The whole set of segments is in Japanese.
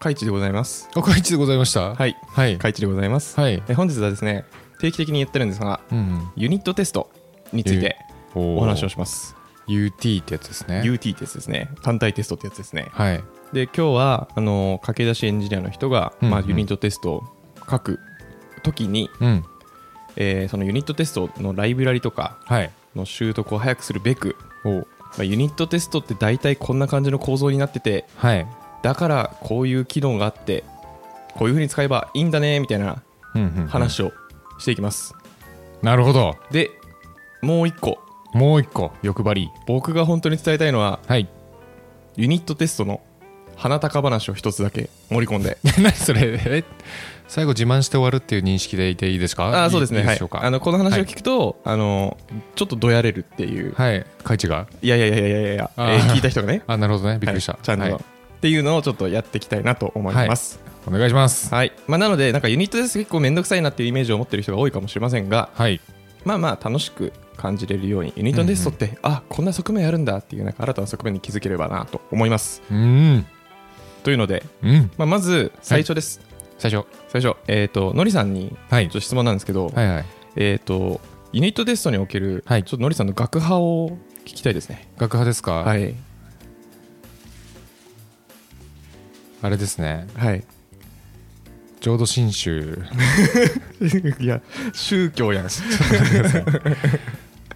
カイチでございます。あ、カイチでございました。はい、はい。カイチでございます。はい。え本日はですね、定期的に言ってるんですが、うん。ユニットテストについておお話をします。 UT ってやつですね。 UT テストですね、単体テストってやつですね。はい。で、今日はあの駆け出しエンジニアの人が、うんうんまあ、ユニットテストを書くときに、うん。えーそのユニットテストのライブラリとかはい。の習得を早くするべく、おまあ、ユニットテストって大体こんな感じの構造になってて、はい。だからこういう機能があって、こういうふうに使えばいいんだねみたいなうんうんうん。話をしていきます。なるほど。で、もう一個、もう一個、欲張り。僕が本当に伝えたいのは、はい。 ユニットテストの鼻高話を一つだけ盛り込んで、何それえ最後自慢して終わるっていう認識でいていいですかあーそうですね、いいはでいしょうか。あのこの話を聞くと、あのちょっとどやれるっていう、はい。カイチが。いやいやいやいやいやいや、えあーー聞いた人がね、あ、なるほどね。 びっくりした。はいちゃんと、はいっていうのをちょっとやっていきたいなと思います。お願いします。はいまあ、なので、なんかユニットテスト結構めんどくさいなっていうイメージを持ってる人が多いかもしれませんが、はい。まあまあ楽しく感じれるように、ユニットテストって、あこんな側面あるんだっていう、なんか新たな側面に気づければなと思います。うん。というので、うん。まあ、まず最初です、最初。最初、えっとのりさんにはいちょっ。と質問なんですけど、はいはい。えっ、とユニットテストにおける、はいちょっとのりさんの学派を聞きたいですね学派ですか。はいいあれですね。はい浄土真宗。 いや宗教やん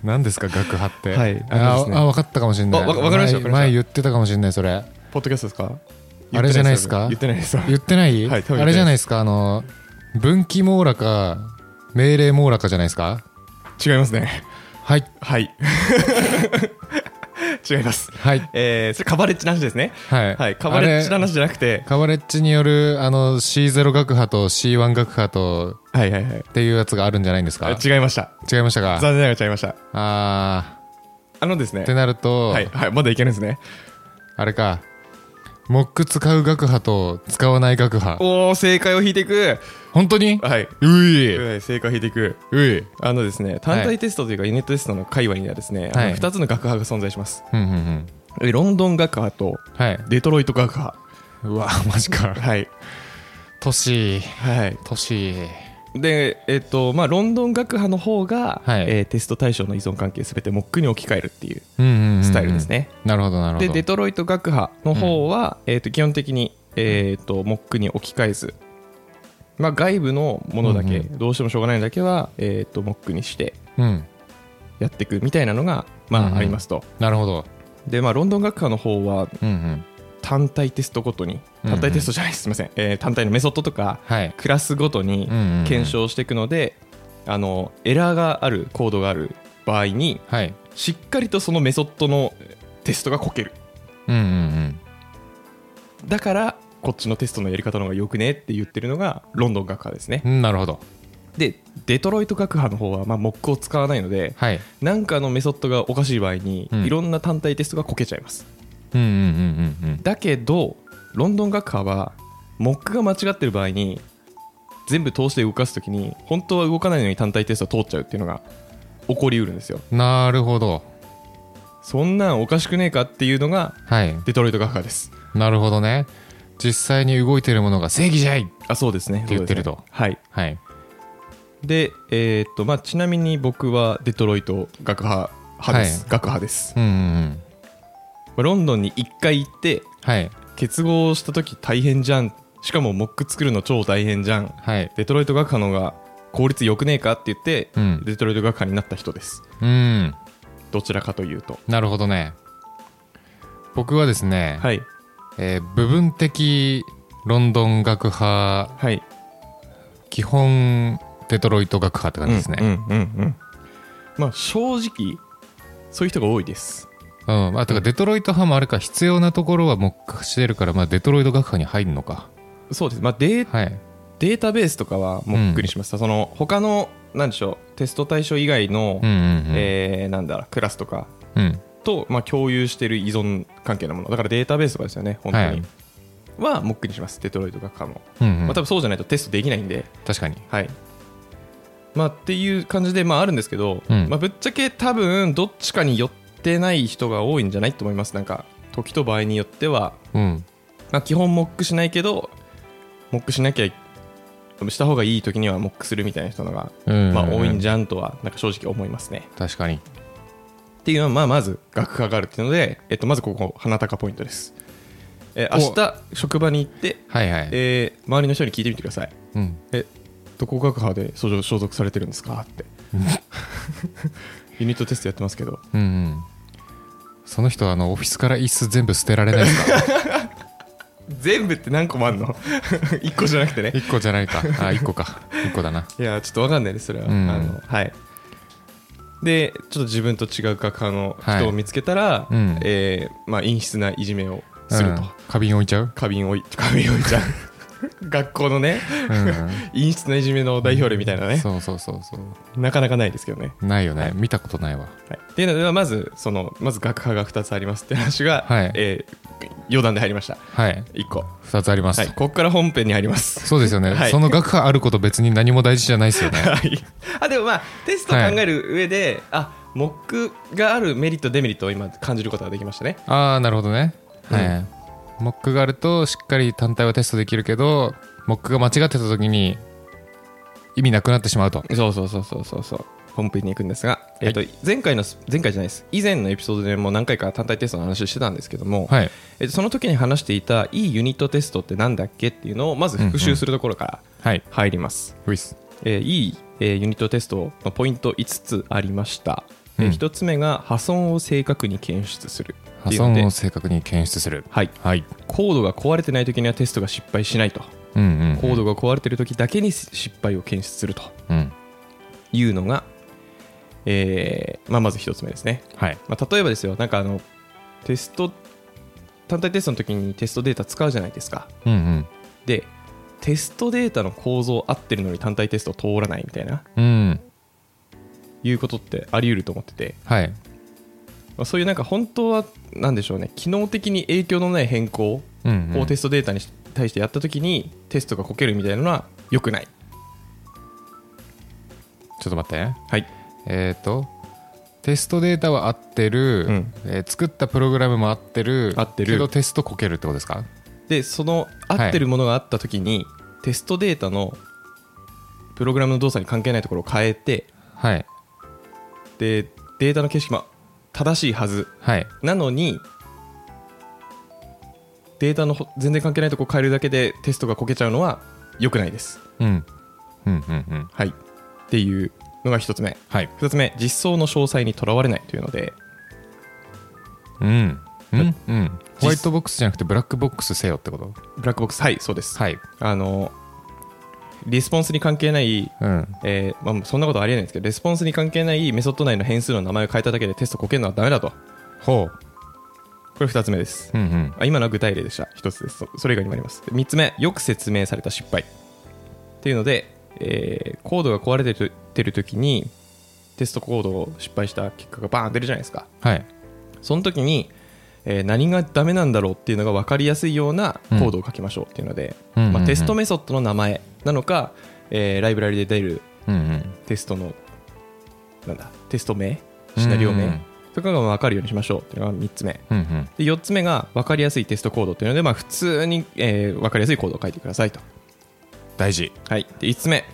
何ですか学派ってはいああのですねあ分かったかもしれないあわわかりました前わかりました前言ってたかもしれないそれポッドキャストですかあれじゃないですか言ってないです多分言ってなはいい、多分言ってないあれじゃないですかあの分岐網羅か命令網羅かじゃないですか違いますねはいはい 違いますはいえー、それカバレッジな話ですねはい、はいカバレッジなあれ話じゃなくてカバレッジによるあの C0 学派と C1 学派とはいはいはいっていうやつがあるんじゃないんですかあ違いました違いましたか残念ながら違いましたああのですねーってなると、はいはいまだいけるんですねあれかモック使う学派と使わない学派おお正解を引いていく本当にはいういうはい正解を引いていくいあのですね単体テストというかユニットテストの界隈にはですね、はいあの2つの学派が存在しますうんうんうんえロンドン学派とはいデトロイト学派うわ マジかはい都市はい都市でえっとまあロンドン学派の方が、はいえーテスト対象の依存関係すべてモックに置き換えるっていううんうんうんうんスタイルですね、なるほどなるほどでデトロイト学派の方は、えっと基本的に、えっとモックに置き換えずまあ、外部のものだけ、うんどうしてもしょうがないだけは、えっとモックにしてうんやっていくみたいなのが、まうんうあ、んありますと、なるほどで、まあ、ロンドン学科の方はうんうん単体テストごとにうんうん単体テストじゃないです、すみません、えー単体のメソッドとかはいクラスごとにうんうんうん検証していくので、あのエラーがあるコードがある場合にはいしっかりとそのメソッドのテストがこけるうんうんうんだからこっちのテストのやり方の方がよくねって言ってるのがロンドン学科ですねうんなるほどでデトロイト学派の方は、まあ、モックを使わないのではい何かのメソッドがおかしい場合に、うんいろんな単体テストがこけちゃいますうんうんうんうんうんだけどロンドン学派はモックが間違ってる場合に全部通して動かすときに本当は動かないのに単体テスト通っちゃうっていうのが起こりうるんですよなるほどそんなんおかしくねえかっていうのがはいデトロイト学派ですなるほどね実際に動いてるものが正義じゃいあそうですね言ってるとそうですねはいはいでえーっとまあちなみに僕はデトロイト学派派です、は学派ですうんうんうんまあロンドンに1回行ってはい結合した時大変じゃんしかもモック作るの超大変じゃんはいデトロイト学派の方が効率良くねえかって言って、うんデトロイト学派になった人ですうんどちらかというとなるほどね僕はですね、はいえー部分的ロンドン学派はい基本デトロイト学派って感じですね、うんうんうんうんまあ正直そういう人が多いですうん、まあ、てかデトロイト派もあれか必要なところはもうしてるから、まあ、デトロイト学派に入るのかそうですまあデーはいデータベースとかはモックにしました、その他のなんでしょうテスト対象以外の、うんうんうん、えーなんだクラスとかうんと、まあ、共有してる依存関係のものだからデータベースとかですよね本当に、はモックにしますデトロイト学科も、うんうんまあ、多分そうじゃないとテストできないんで確かにはいまあ、っていう感じで、まあ、あるんですけど、うんまあ、ぶっちゃけ多分どっちかに寄ってない人が多いんじゃないと思いますなんか時と場合によっては、うんまあまあ、基本モックしないけどモックしなきゃした方がいい時にはモックするみたいな人のが、うんまあ、多いんじじゃんとはなんか正直思いますね。ゃ確かにっていうのは、まあ、まず学科があるっていうので、えっと、まずここ花高ポイントです。えお明日職場に行って、はいはい、えー周りの人に聞いてみてください。うん、えどこ学派で所所属されてるんですかってユニットテストやってますけどうんうんその人あのオフィスから椅子全部捨てられな いですか全部って何個もあんの 一個じゃなくてね一個じゃないかあ一個か一個だないやちょっと分かんないですそれは、うんあのはいでちょっと自分と違う学派の人を見つけたら、うんえーまあ、陰湿ないじめを すると、うん花瓶置いちゃう、花瓶をい花瓶を置いちゃう 学校のね う、陰湿ないじめの代表例みたいなんね、そうそうそうそうなかなかないですけどね、ないよね、はい見たことないわはい、っていうのではまずそのまず学科が2つありますって話が、はいえー余談で入りましたはい1個2つあります、はいここから本編に入りますそうですよね、はいその学科あること別に何も大事じゃないですよね はいあでもまあテスト考える上で、あモックがあるメリットデメリットを今感じることができましたねああなるほどね、うんはいモックがあるとしっかり単体はテストできるけどモックが間違ってた時に意味なくなってしまうとそうそうそうそうそうそう本編に行くんですが、えっと前回のす前回じゃないです以前のエピソードでも何回か単体テストの話をしてたんですけども、はいえっとその時に話していたいいユニットテストってなんだっけっていうのをまず復習するところからはい入ります、ウィスえーいい、えーユニットテストのポイント5つありました、えうん1つ目が破損を正確に検出するっ破ていうので損を正確に検出するはい、はいコードが壊れてない時にはテストが失敗しないとうんうんうんコードが壊れてる時だけに失敗を検出するとうんいうのが、えーまあ、まず1つ目ですね、はいまあ、例えばですよなんかあのテスト単体テストの時にテストデータ使うじゃないですかうんうんでテストデータの構造合ってるのに単体テスト通らないみたいなうんいうことってあり得ると思っててはいまあ、そういうなんか本当はなんでしょうね機能的に影響のない変更うんうをんテストデータに対してやった時にテストがこけるみたいなのは良くないちょっと待ってはいえっ、とテストデータは合ってる、うんえー作ったプログラムも合ってる合ってるけどテストこけるってことですかでそのはい合ってるものがあった時に、テストデータのプログラムの動作に関係ないところを変えてはいでデータの形式も正しいはずはいなのにデータのほ全然関係ないところを変えるだけでテストがこけちゃうのは良くないですうんうんうんうんはいっていうのが一つ目はい二つ目実装の詳細にとらわれないというのでうんうんうん実ホワイトボックスじゃなくてブラックボックスせよってことブラックボックスはいそうです、はいあのリスポンスに関係ない、うんえーまあ、そんなことはありえないんですけどレスポンスに関係ないメソッド内の変数の名前を変えただけでテストこけるのはダメだとこほれ二つ目ですううんうんあ今のは具体例でした一つですそそれ以外にもあります三つ目よく説明された失敗っていうので、えーコードが壊れてるてる時にテストコードを失敗した結果がバーン出るじゃないですかはいその時に、えー何がダメなんだろうっていうのが分かりやすいようなコードを書きましょうっていうので、うんうんうんまあ、テストメソッドの名前なのか、えーライブラリで出るうんうんテストのなんだテスト名シナリオ名、うんとかが分かるようにしましょうっていうのが3つ目うんうんで4つ目が分かりやすいテストコードっていうので、まあ、普通に、えー分かりやすいコードを書いてくださいと、大事はい、で5つ目、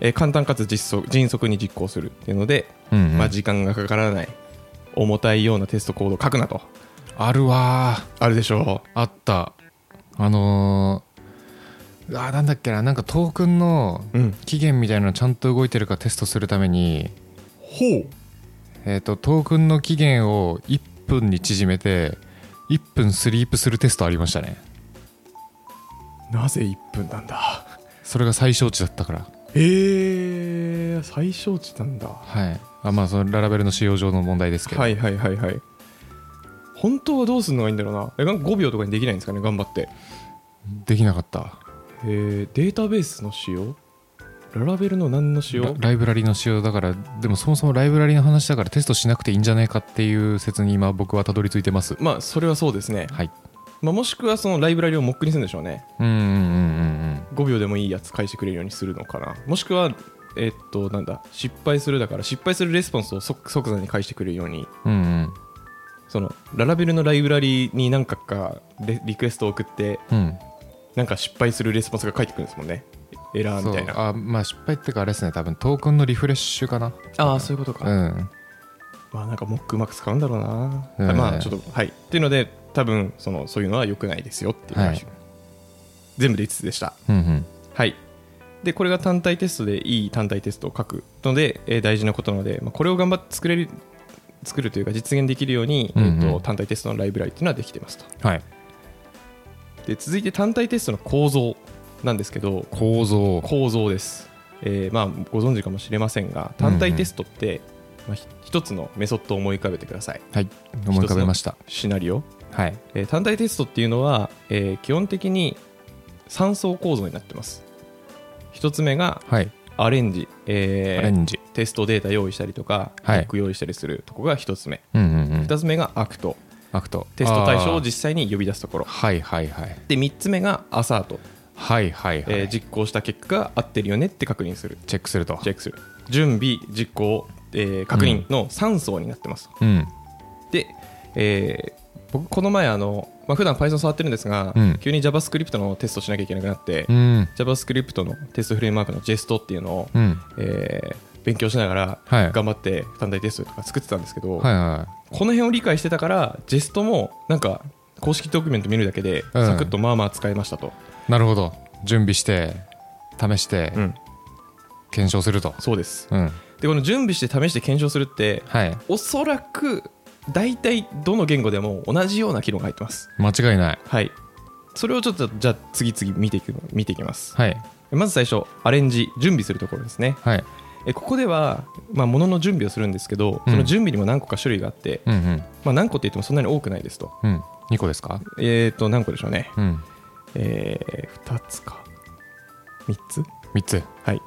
えー簡単かつ実装迅速に実行するっていうので、うんうんまあ、時間がかからない重たいようなテストコードを書くなとあるわーあるでしょうあったあのー、あーなんだっけななんかトークンのうん期限みたいなのちゃんと動いてるかテストするために、ほうえー、とトークンの期限を1分に縮めて1分スリープするテストありましたねなぜ1分なんだそれが最小値だったからえー、最小値なんだははいあまあそのララベルの使用上の問題ですけど、いはいはいはい本当はどうするのがいいんだろうなえなんか5秒とかにできないんですかね頑張って、できなかったえー、データベースの仕様ララベルの何の仕ラ様ライブラリの使用だからでもそもそもライブラリの話だからテストしなくていいんじゃないかっていう説に今僕はたどり着いてますまあそれはそうですね、はいまあ、もしくはそのライブラリをモックにするんでしょうねうんうんうんうん5秒でもいいやつ返してくれるようにするのかなもしくはえっとなんだ失敗するだから失敗するレスポンスを即即座に返してくれるようにうんうんうんそのララベルのライブラリに何かかレリクエストを送ってうんなんか失敗するレスポンスが返ってくるんですもんねエラーそみうたいなああまあ失敗っていうかあれですね多分トークンのリフレッシュかなあーそういうことか、うんまあなんかモックうまく使うんだろうな、うんあまあちょっとはいっていうので多分そのそういうのは良くないですよっていう話、は全部で5つでしたうんうんはいでこれが単体テストでいい単体テストを書くので、えー大事なことなので、まあ、これを頑張って作れる作るというか実現できるように、えーうんうとん単体テストのライブラリっていうのはできてますとはいで続いて単体テストの構造なんですけど構造構造です、えーまあ、ご存知かもしれませんが単体テストって、まあ、ひ一つのメソッドを思い浮かべてくださいはい思い浮かべましたシナリオ、はいえー単体テストっていうのは、えー基本的に3層構造になってます一つ目がはいアレンジ、えアーレンジテストデータ用意したりとか、はいック用意したりするとこが一つ目うんうんうん二つ目がアクトアクトテスト対象をあー実際に呼び出すところはいはいはいで三つ目がアサート、はいはいはい、えー実行した結果が合ってるよねって確認するチェックするとチェックする準備実行、えー確認の3層になってます、うんで、えー僕この前あの、まあ普段 Python 触ってるんですが、うん急に JavaScript のテストしなきゃいけなくなって、うん JavaScript のテストフレームワークの JEST っていうのを、うんえー勉強しながらはい頑張って単体テストとか作ってたんですけど、はいはこの辺を理解してたからジェストもなんか公式ドキュメント見るだけでうんサクッとまあまあ使えましたと、いなるほど準備して試してうん検証するとそうですうんでこの準備して試して検証するってはいおそらく大体どの言語でも同じような機能が入ってます間違いないはいそれをちょっとじゃあ次々見ていく見ていきますはいまず最初アレンジ準備するところですねはいえここでは、まあ、ものの準備をするんですけどうんその準備にも何個か種類があって、うんうんまあ、何個って言ってもそんなに多くないですとうん2個ですかえっ、ー、と何個でしょうねうんえー、2つか3つ3つはい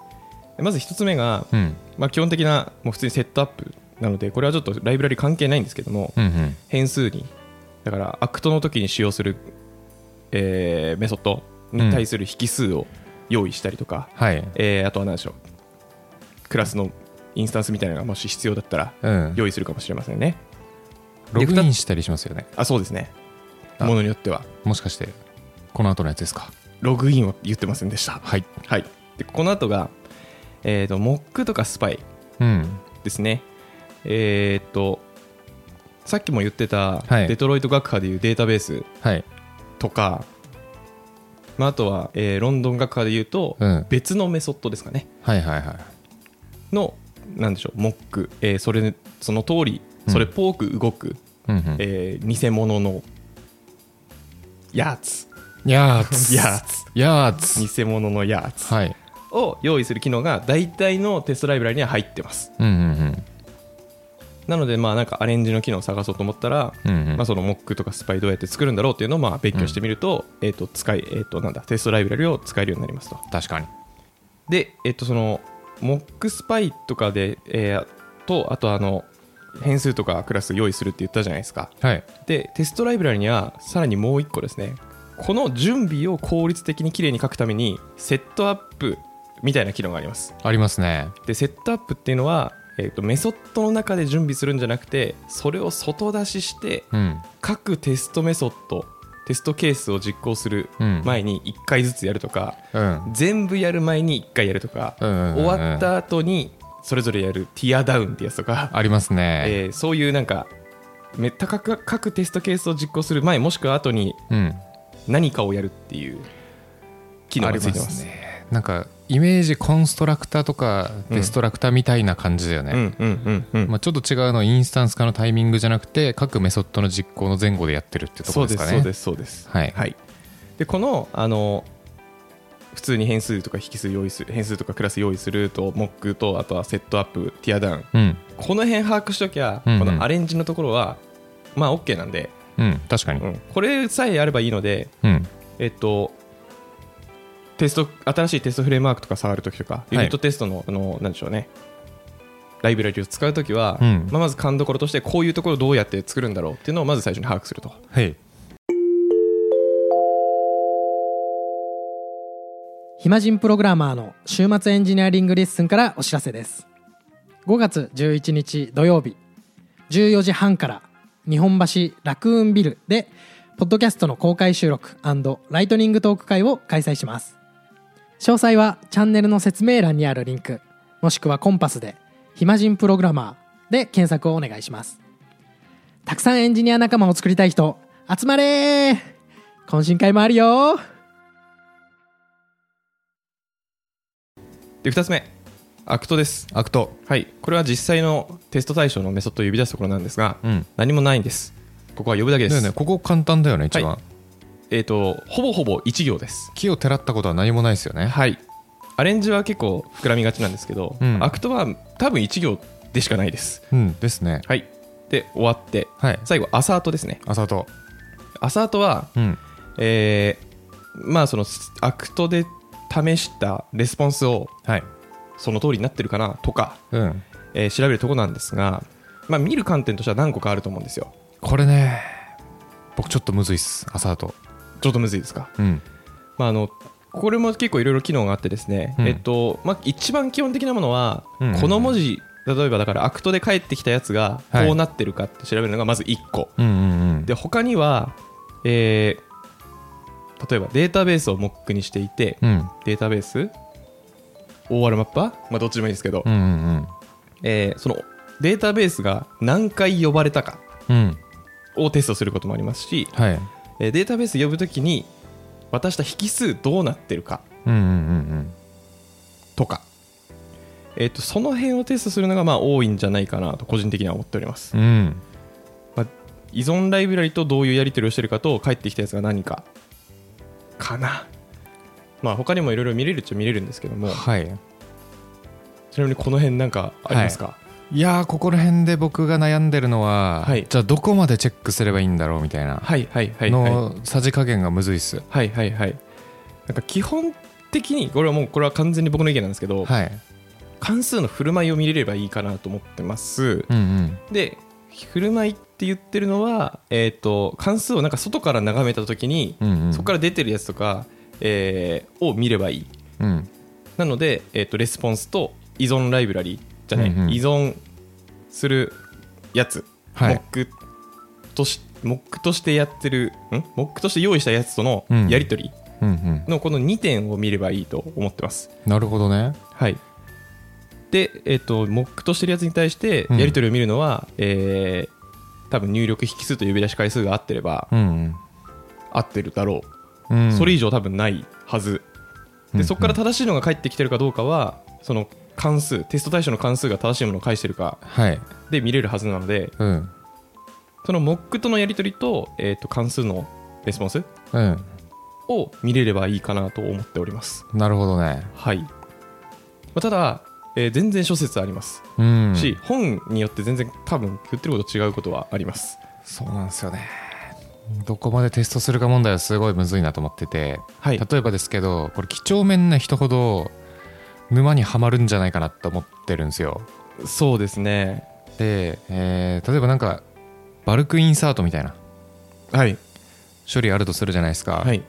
まず1つ目が、うんまあ、基本的なもう普通にセットアップなのでこれはちょっとライブラリ関係ないんですけども、うんうん変数にだからアクトの時に使用する、えーメソッドに対する引数を用意したりとか、はいえーあとは何でしょうクラスのインスタンスみたいなのがもし必要だったらうん用意するかもしれませんねログインしたりしますよねあそうですねあものによってはもしかしてこの後のやつですかログインは言ってませんでしたはいはいでこの後がえっ、とモックとかスパイうんですね。えーっと、さっきも言ってた、はいデトロイト学派でいうデータベースはいとか、まあ、あとは、えーロンドン学派でいうと、うん別のメソッドですかね、はいはいはいの、なんでしょう、モック、えーそれその通り、うんそれっぽく動く、うんうんえー偽物のやつ、やーつ やつ、やーつ偽物のやつはいを用意する機能が大体のテストライブラリには入ってます。うんうんなので、まあ、なんかアレンジの機能を探そうと思ったら、うんうんうんまあ、そのモックとかスパイどうやって作るんだろうっていうのをまあ勉強してみると,、えー、と使い、えー、となんだテストライブラリを使えるようになりますと。確かにで、えっとそのモックスパイとかで、えーとあとあの変数とかクラス用意するって言ったじゃないですか。はいでテストライブラリにはさらにもう一個ですねこの準備を効率的にきれいに書くためにセットアップみたいな機能があります。ありますねでセットアップっていうのは、えー、とメソッドの中で準備するんじゃなくてそれを外出ししてうん各テストメソッドテストケースを実行するうん前に1回ずつやるとか、うん全部やる前に1回やるとか、うんうんうんうん終わった後にそれぞれやるティアダウンってやつとか、ありますねえーそういうなんかめったかく各テストケースを実行する前もしくは後にうん何かをやるっていう機能がついてますねなんかイメージコンストラクターとかデストラクターみたいな感じだよね、うんうんうんうん、まあ、ちょっと違うのはインスタンス化のタイミングじゃなくて各メソッドの実行の前後でやってるってとこそろうでですかすそねうですそうですはいでこのあの普通に変数とか引数用意する変数とかクラス用意するとモックとあとはセットアップティアダウンうんこの辺把握しときゃ、うんうんこのアレンジのところはまあ OK なんで、うん確かにうんこれさえやればいいのでうんえっとテスト新しいテストフレームワークとか触るときとか、いユニットテストのあのなんでしょうねライブラリを使うときは、うんまあ、まず勘どころとしてこういうところをどうやって作るんだろうっていうのをまず最初に把握するとはい暇人プログラマーの週末エンジニアリングレッスンからお知らせです5月11日土曜日14時半から日本橋ラクーンビルでポッドキャストの公開収録ライトニングトーク会を開催します詳細はチャンネルの説明欄にあるリンクもしくはコンパスで「暇人プログラマー」で検索をお願いしますたくさんエンジニア仲間を作りたい人集まれー懇親会もあるよで2つ目アクトですアクトはいこれは実際のテスト対象のメソッドを呼び出すところなんですが、うん何もないんですここは呼ぶだけでだすよねここ簡単だよね一番、はえっ、とほぼほぼ1行です木をてらったことは何もないですよねはいアレンジは結構膨らみがちなんですけど、うんアクトは多分1行でしかないですうんですねはいで終わってはい最後アサートですねあさとアサートはうんえーまあそのアクトで試したレスポンスをはいその通りになってるかなとか、うんえー調べるとこなんですが、まあ、見る観点としては何個かあると思うんですよこれね僕ちょっとむずいっすアサートちょっとむずいですか、うんまあ、あのこれも結構いろいろ機能があってですね、うんえっとまあ、一番基本的なものは、うんうんうんこの文字例えばだからアクトで返ってきたやつがはいこうなってるかって調べるのがまず1個、うんうんうんで他には、えー例えばデータベースをモックにしていて、うんデータベース OR マッパー、まあ、どっちでもいいですけど、うんうんえーそのデータベースが何回呼ばれたかうんうんをテストすることもありますし、はいえーデータベース呼ぶときに渡した引数どうなってるかうんうんうんとか、えー、とその辺をテストするのがまあ多いんじゃないかなと個人的には思っております、うんうんまあ、依存ライブラリとどういうやり取りをしてるかと返ってきたやつが何かかなまあ他にもいろいろ見れるっちゃ見れるんですけどもはいちなみにこの辺なんかありますか、いやーここら辺で僕が悩んでるのは、はいじゃあどこまでチェックすればいいんだろうみたいなはい、はいはいはい、のさじ加減がむずいっすはいはいはいなんか基本的にこれはもうこれは完全に僕の意見なんですけど、はい関数の振る舞いを見れればいいかなと思ってます、うんうんで振る舞いって言ってるのは、えー、と関数をなんか外から眺めた時に、うんうんそこから出てるやつとか、えーを見ればいいうんなので、えー、とレスポンスと依存ライブラリじゃない、うんうん依存するやつ、はい Mock とし Mock としてやってるん Mock として用意したやつとのうんやり取り、うんうんのこの2点を見ればいいと思ってます。なるほどねはい、で、えっと、モックとしてるやつに対して、うんやり取りを見るのは、えー多分入力引数と呼び出し回数が合ってれば、うん合ってるだろうんうう、んそれ以上多分ないはず、うんうでんそこから正しいのが返ってきてるかどうかは、その関数、テスト対象の関数が正しいものを返してるかはいで見れるはずなので、うんそのモックとのやり取りと,、えっと関数のレスポンスうんを見れればいいかなと思っております。なるほどねはい、まあ、ただ、えー全然諸説ありますうんし、本によって全然多分言ってること違うことはありますそうなんですよねどこまでテストするか問題はすごいむずいなと思ってて、はい例えばですけどこれ几帳面な人ほど沼にはまるんじゃないかなと思ってるんですよそうですねで、えー例えばなんかバルクインサートみたいなはい処理あるとするじゃないですか、はい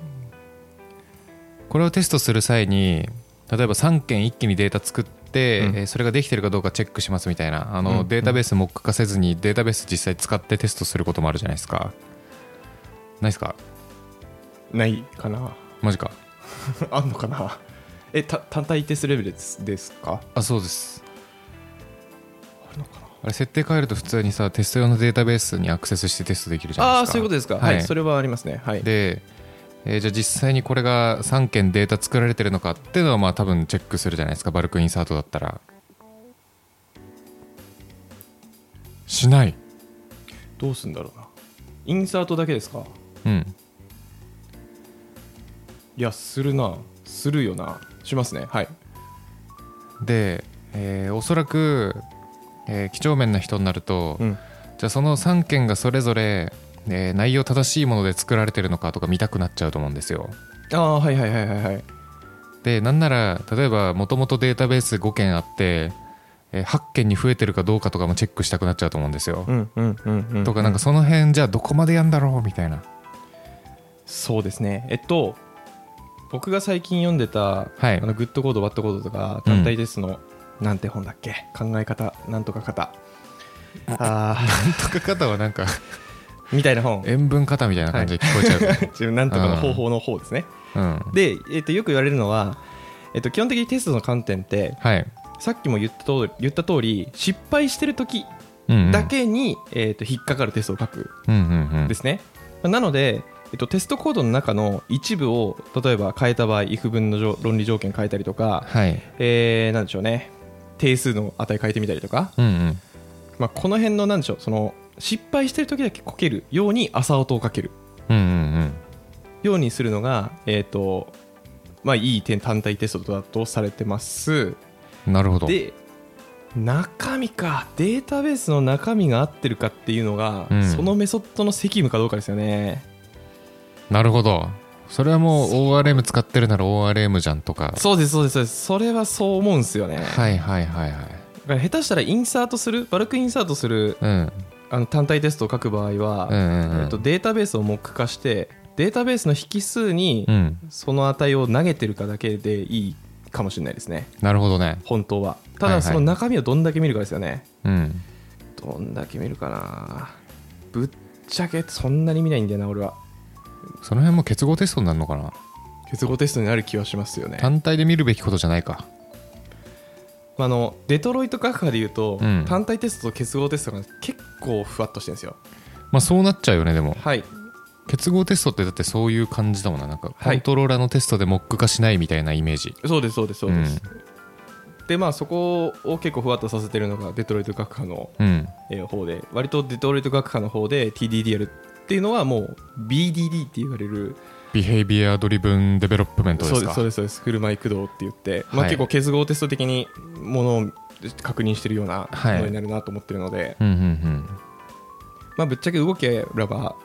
これをテストする際に例えば3件一気にデータ作って、うんえーそれができてるかどうかチェックしますみたいなあの、うんデータベースモック化せずにデータベース実際使ってテストすることもあるじゃないですかないですかないかな マジかあんのかなえた単体テストレベルですですかあそうですあるのかなあれ設定変えると普通にさテスト用のデータベースにアクセスしてテストできるじゃあないあーですかそういうことですかはい、それはありますねはいで、えーじゃあ実際にこれが3件データ作られてるのかっていうのはまあ多分チェックするじゃないですかバルクインサートだったらしないどうすんだろうなインサートだけですかうんいやするなするよなしますねはいで、えーおそらく、えー几帳面な人になると、うんじゃあその3件がそれぞれ、えー内容正しいもので作られてるのかとか見たくなっちゃうと思うんですよああはいはいはいはいはいでなんなら例えばもともとデータベース5件あって、えー8件に増えてるかどうかとかもチェックしたくなっちゃうと思うんですよ、うんうんうんうんとかなんかその辺じゃあどこまでやんだろうみた いなそうですね。えっと、僕が最近読んでた、はいあのグッドコード、バッドコードとか、単体テストの、なんて本だっけ、考え方、なんとか方。あとか方はなんかーみたいな本塩分過多みたいな感じで聞こえちゃうけど、自分なんとかの方法の方ですねうんで、えっとよく言われるのは、えっと基本的にテストの観点ってはい、さっきも言った通り言った通り失敗してる時うんうんだけに、えっと引っかかるテストを書くうんうんうんですね、まあなので、えっと、テストコードの中の一部を例えば変えた場合 if 分の条論理条件変えたりとか、はいえーなんでしょうね定数の値変えてみたりとか、うんうんまあ、この辺のなんでしょうその失敗してる時だけこけるように朝音をかけるうんうんようにするのが、えっとまあ、いい点単体テストだとされてますうんなるほどで中身かデータベースの中身が合ってるかっていうのが、うんそのメソッドの責務かどうかですよねなるほどそれはもう ORM 使ってるなら ORM じゃんとかそうですそうですそうですそれはそう思うんですよね、はいはいはいはいだから下手したらインサートするバルクインサートするうんあの単体テストを書く場合は、うんうんうんえっと、データベースを目化してデータベースの引数にうんその値を投げてるかだけでいいかもしれないですねなるほどね本当はたはいはだいその中身をどんだけ見るかですよね、うんどんだけ見るかなぶっちゃけそんなに見ないんだよな俺はその辺も結合テストになるのかな結合テストになる気はしますよね単体で見るべきことじゃないかあのデトロイト学派でいうと、うん単体テストと結合テストが結構ふわっとしてるんですよまあそうなっちゃうよねでもはい結合テストってだってそういう感じだもんななんかコはいントローラーのテストでモック化しないみたいなイメージ、そうですそうですそうです、でまあそこを結構ふわっとさせてるのがデトロイト学派のうんえー方で割とデトロイト学派の方で TDDL っていうのはもう BDD って言われるビヘイビアドリブンデベロップメントでそうすですかそうですそうです振る舞い駆動って言って、まあ、はい結構結合テスト的にものを確認してるようなもはいのになるなと思ってるので、うんうんまあ、ぶっちゃけ動けらば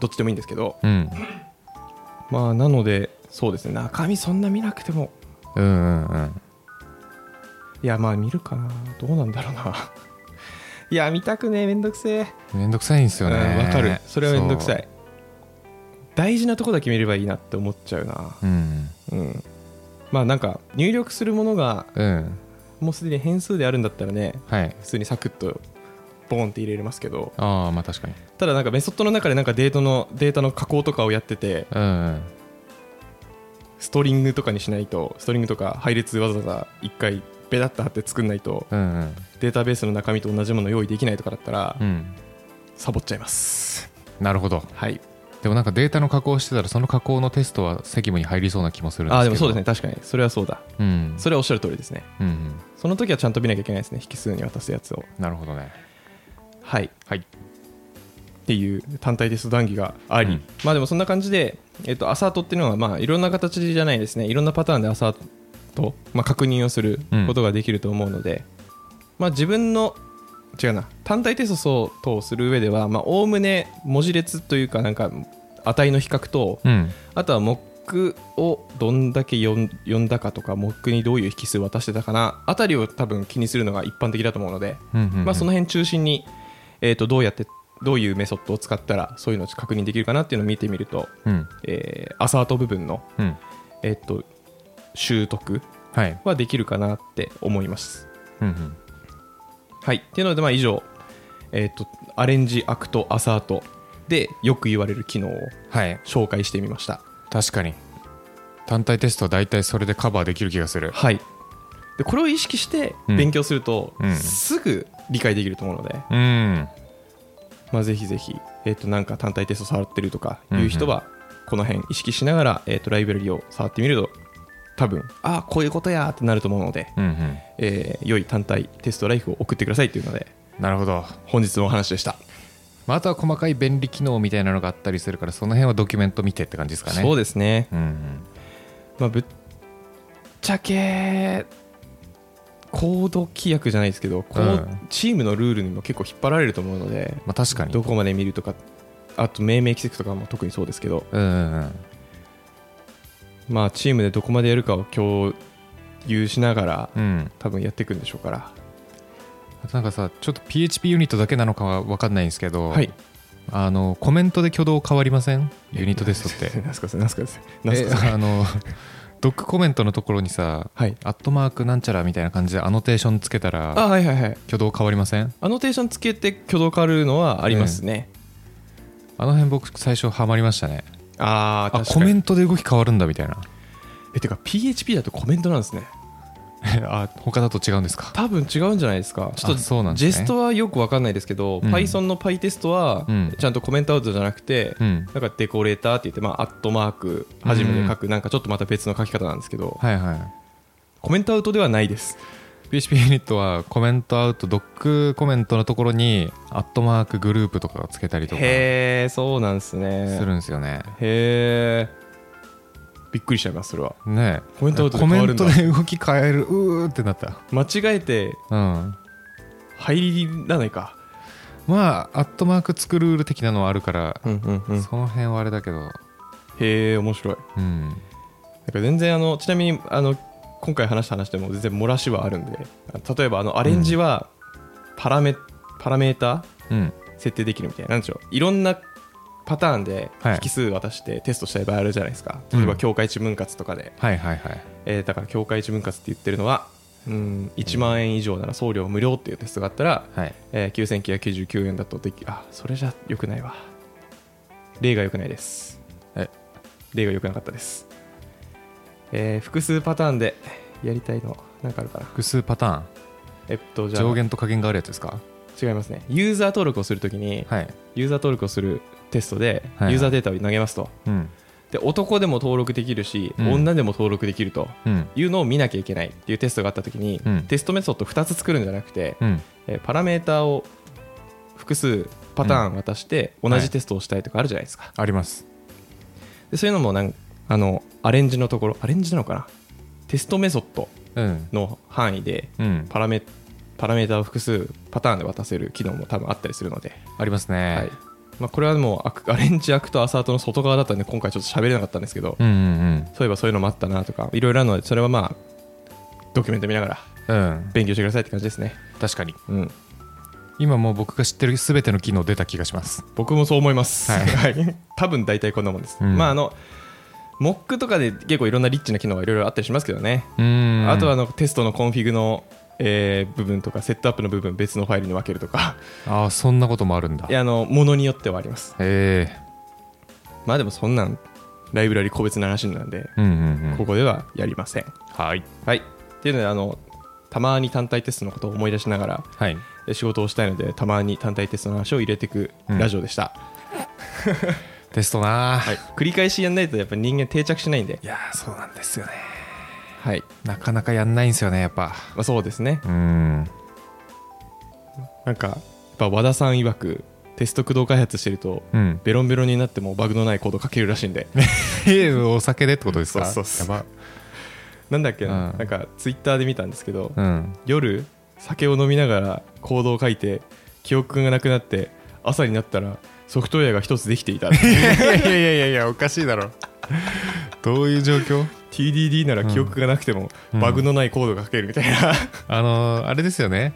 どっちでもいいんですけど、うんまあ、なのでそうですね中身そんな見なくてもうんうんうんうんいやまあ見るかなどうなんだろうな いや見たくねえめんどくせえめんどくさいんですうよんねわかるそれはめんどくさそい大事なとこだけ見ればいいなって思っちゃうなううんうんまあなんか入力するものがうんもうすでに変数であるんだったらねはい普通にサクッとボーンって入れれますけどああまあ確かにただなんかメソッドの中でなんかデータのデータの加工とかをやっててうんうんストリングとかにしないとストリングとか配列わざわざ1回ベタッと貼って作んないとうんうんデータベースの中身と同じもの用意できないとかだったらうんサボっちゃいますなるほどはいでもなんかデータの加工してたらその加工のテストは責務に入りそうな気もするんですけどああでもそうですね確かにそれはそうだうんそれはおっしゃる通りですねうんうんその時はちゃんと見なきゃいけないですね引数に渡すやつをなるほどねはいはいっていう単体テスト談義があり、うんまあでもそんな感じで、えっとアサートっていうのはまあいろんな形じゃないですねいろんなパターンでアサート、まあ、確認をすることができると思うので、まあ自分の違うな単体テスト等をする上ではまあおおむね文字列というかなんか値の比較とうんあとはモックをどんだけ読ん読んだかとかモックにどういう引数渡してたかなあたりを多分気にするのが一般的だと思うので、うんうんうんまあ、その辺中心に、えー、とどうやってどういうメソッドを使ったらそういうのを確認できるかなっていうのを見てみると、うんえーアサート部分の、うんえー、と習得はいはできるかなって思います。うんうんはい、っていうのでまあ以上、えー、とアレンジアクトアサートでよく言われる機能をはい紹介してみました。確かに単体テストは大体それでカバーできる気がするはいでこれを意識してうん勉強すると、うんすぐ理解できると思うので、うんまあ、ぜひぜひ、えっとなんか単体テスト触ってるとかいう人は、この辺意識しながら、えっとライブラリを触ってみると多分ああこういうことやーってなると思うので、うんうんえー良い単体テストライフを送ってくださいというのでなるほど、本日のお話でした、まあ、あとは細かい便利機能みたいなのがあったりするからその辺はドキュメント見てって感じですかねそうでですね、す、うんうん、まあ、ぶっちゃけコード規約じゃないですけど、こううんチームのルールにも結構引っ張られると思うので、まあ確かにどこまで見るとかあと命名規則とかも特にそうですけど、うんうんうんまあ、チームでどこまでやるかを共有しながらうん多分やっていくんでしょうから、あとなんかさちょっと PHP ユニットだけなのかは分かんないんですけど、はいあのコメントで挙動変わりませんユニットテスト って何すかそれ何すかそれ何すえかそれあのドックコメントのところにさはいアットマークなんちゃらみたいな感じでアノテーションつけたあらはいはいはい挙動変わりませんアノテーションつけて挙動変わるのはありますね、あの辺僕最初ハマりましたねあああ確コかメにントで動き変わるんだみたいな えてか PHP だとコメントなんですねあ他だと違うんですか多分違うんじゃないですかちょっとあそうなんですジェねストはよく分かんないですけど、うん Python の PyTest はうんちゃんとコメントアウトじゃなくて、うんなんかデコレーターって言って、まあ、アットマーク初めて書く、なんかちょっとまた別の書き方なんですけど、はいはいコメントアウトではないです PHP ユニットはコメントアウトドックコメントのところにアットマークグループとかをつけたりとかすへえそうなんですねるんですよねへえびっくりしちゃいますそれはねえコメントアウトでコ変わメるんンだトで動き変えるうーってなった間違えてうん入りらないかまあアットマーク作るルール的なのはあるから、うんうんうんその辺はあれだけどへえ面白いうんなんか全然あのちなみにあの今回話した話でも全然漏らしはあるんで例えばあのアレンジはパラメ,、パラメータうん設定できるみたいななんでしょういろんなパターンではい引数渡してテストしたい場合あるじゃないですか、うん例えば境界値分割とかで、はいはいはいえーだから境界値分割って言ってるのはうん1万円以上なら送料無料っていうテストがあったら、はいえー、9999円だとできあそれじゃ良くないわ例が良くないですえ例が良くなかったです、えー複数パターンでやりたいのなんかあるかな複数パターンえっとじゃあ上限と下限があるやつですか違いますねユーザー登録をするときに、はいユーザー登録をするテストで、はいはいユーザーデータを投げますとうんで男でも登録できるし、うん女でも登録できるとうんいうのを見なきゃいけないっていうテストがあったときに、うんテストメソッド2つ作るんじゃなくて、うんえーパラメーターを複数パターン渡して同じテストをしたいとかあるじゃないですか、ありますでそういうのもなんあのアレンジのところアレンジなのかなテストメソッドうんの範囲でうんパラメパラメータを複数パターンで渡せる機能も多分あったりするので、ありますね、はいまあ、これはもうアクアレンジアクとアサートの外側だったんで今回ちょっと喋れなかったんですけど、うんうんそういえばそういうのもあったなとかいろいろあるのでそれはまあドキュメント見ながらうんうん勉強してくださいって感じですね、確かにうん、今もう僕が知ってる全ての機能出た気がします僕もそう思います、はいはい、 多分大体こんなもんです、うんまああのモックとかで結構いろんなリッチな機能がいろいろあったりしますけどね、うんあとはあのテストのコンフィグの、えー部分とかセットアップの部分別のファイルに分けるとか ああそんなこともあるんだいやあのものによってはありますえまあでもそんなんライブラリ個別な話なんでえうんうんうんここではやりませんはいはいっていうのであのたまに単体テストのことを思い出しながらはいえ仕事をしたいのでたまに単体テストの話を入れていくラジオでした、テストなー、はい、繰り返しやんないとやっぱ人間定着しないんでいやーそうなんですよねはいなかなかやんないんですよねやっぱまあ、そうですねうんなんかやっぱ和田さん曰くテスト駆動開発してると うんベロンベロンになってもバグのないコード書けるらしいんでお酒でってことですか そうそうそうやばなんだっけな,、うんなんかツイッターで見たんですけど、うん夜酒を飲みながらコードを書いて記憶がなくなって朝になったらソフトウェアが一つできていたいやいやいやいやいやおかしいだろ どういう状況 TDD なら記憶がなくてもうんバグのないコードが書けるみた いな、あのーあれですよね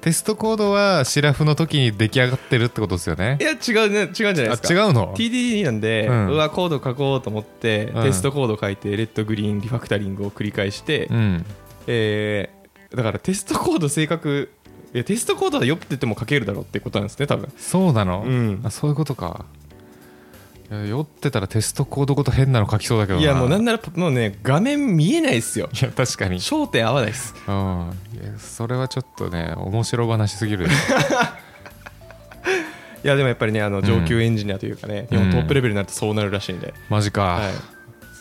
テストコードはシラフの時に出来上がってるってことですよねいや違うね違うんじゃないですあか違うの TDD なんで、ううんわコード書こうと思って、うんテストコード書いてレッドグリーンリファクタリングを繰り返して、うんえーだからテストコード正確いやテストコードはよくてても書けるだろうってことなんですね多分そうなの、うんあそういうことかいや酔ってたらテストコードごと変なの書きそうだけどいやもうなんいならもうね画面見えないですよや確かに焦点合わないですうんいやそれはちょっとね面白話す ぎるいやでもやっぱりねあの上級エンジニアというかね、日本トップレベルになるとそうなるらしいんで、マジか、はい、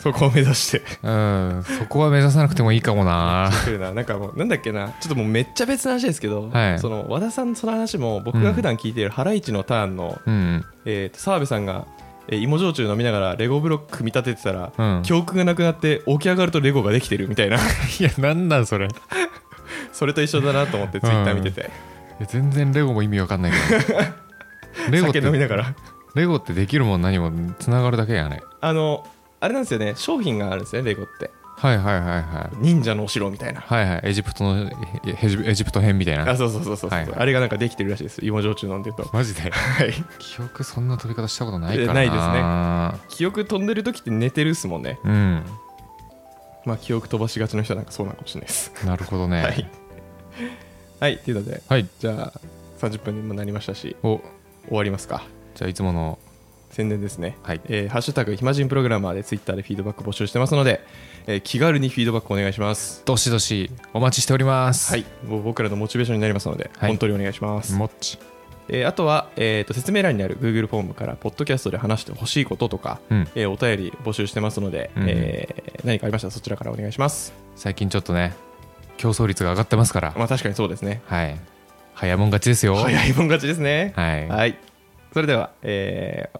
そこを目指してうんそこは目指さなくてもいいか もな来るななんかもうなんだっけなちょっともうめっちゃ別の話ですけど、はいその和田さんのその話も僕が普段聞いているハライチのターンの、うんえーと澤部さんが、えー芋焼酎飲みながらレゴブロック組み立ててたら、うん記憶がなくなって起き上がるとレゴができてるみたいな いやなんなんそれいそれと一緒だなと思ってツイッター見てて、や全然レゴも意味わかんないけどレゴっ 酒飲みてながらレゴってできるもん何もつながるだけやねあのあれなんですよね商品があるんですよねレゴってはいはいはいはい忍者のお城みたいなはいはいエジプトのえエジエジプト編みたいあなそうそうそうそうそう、はいはいあれがなんかできてるらしいです芋焼酎飲んで るとマジではい記憶そんな取り方したことないからえない記憶飛んでる時って寝てるっすもんねですねうんまあ記憶飛ばしがちの人はなんかそうなのかもしれないですなるほどね。はい。はい、というので、はい。じゃあ30分にもなりましたし、お終わりますか。じゃあいつもの宣伝ですね、はいえーハッシュタグ暇人プログラマーでツイッターでフィードバック募集してますので、えー気軽にフィードバックお願いしますどしどしお待ちしておりますはいもう僕らのモチベーションになりますので、はい本当にお願いします、もっちえーあとは、えーと説明欄にある Google フォームからポッドキャストで話してほしいこととか、うんえーお便り募集してますので、うんえー何かありましたらそちらからお願いします最近ちょっとね競争率が上がってますからまあ確かにそうですねはい早いもん勝ちですよはい早いもん勝ちですねバはい。それでは、えー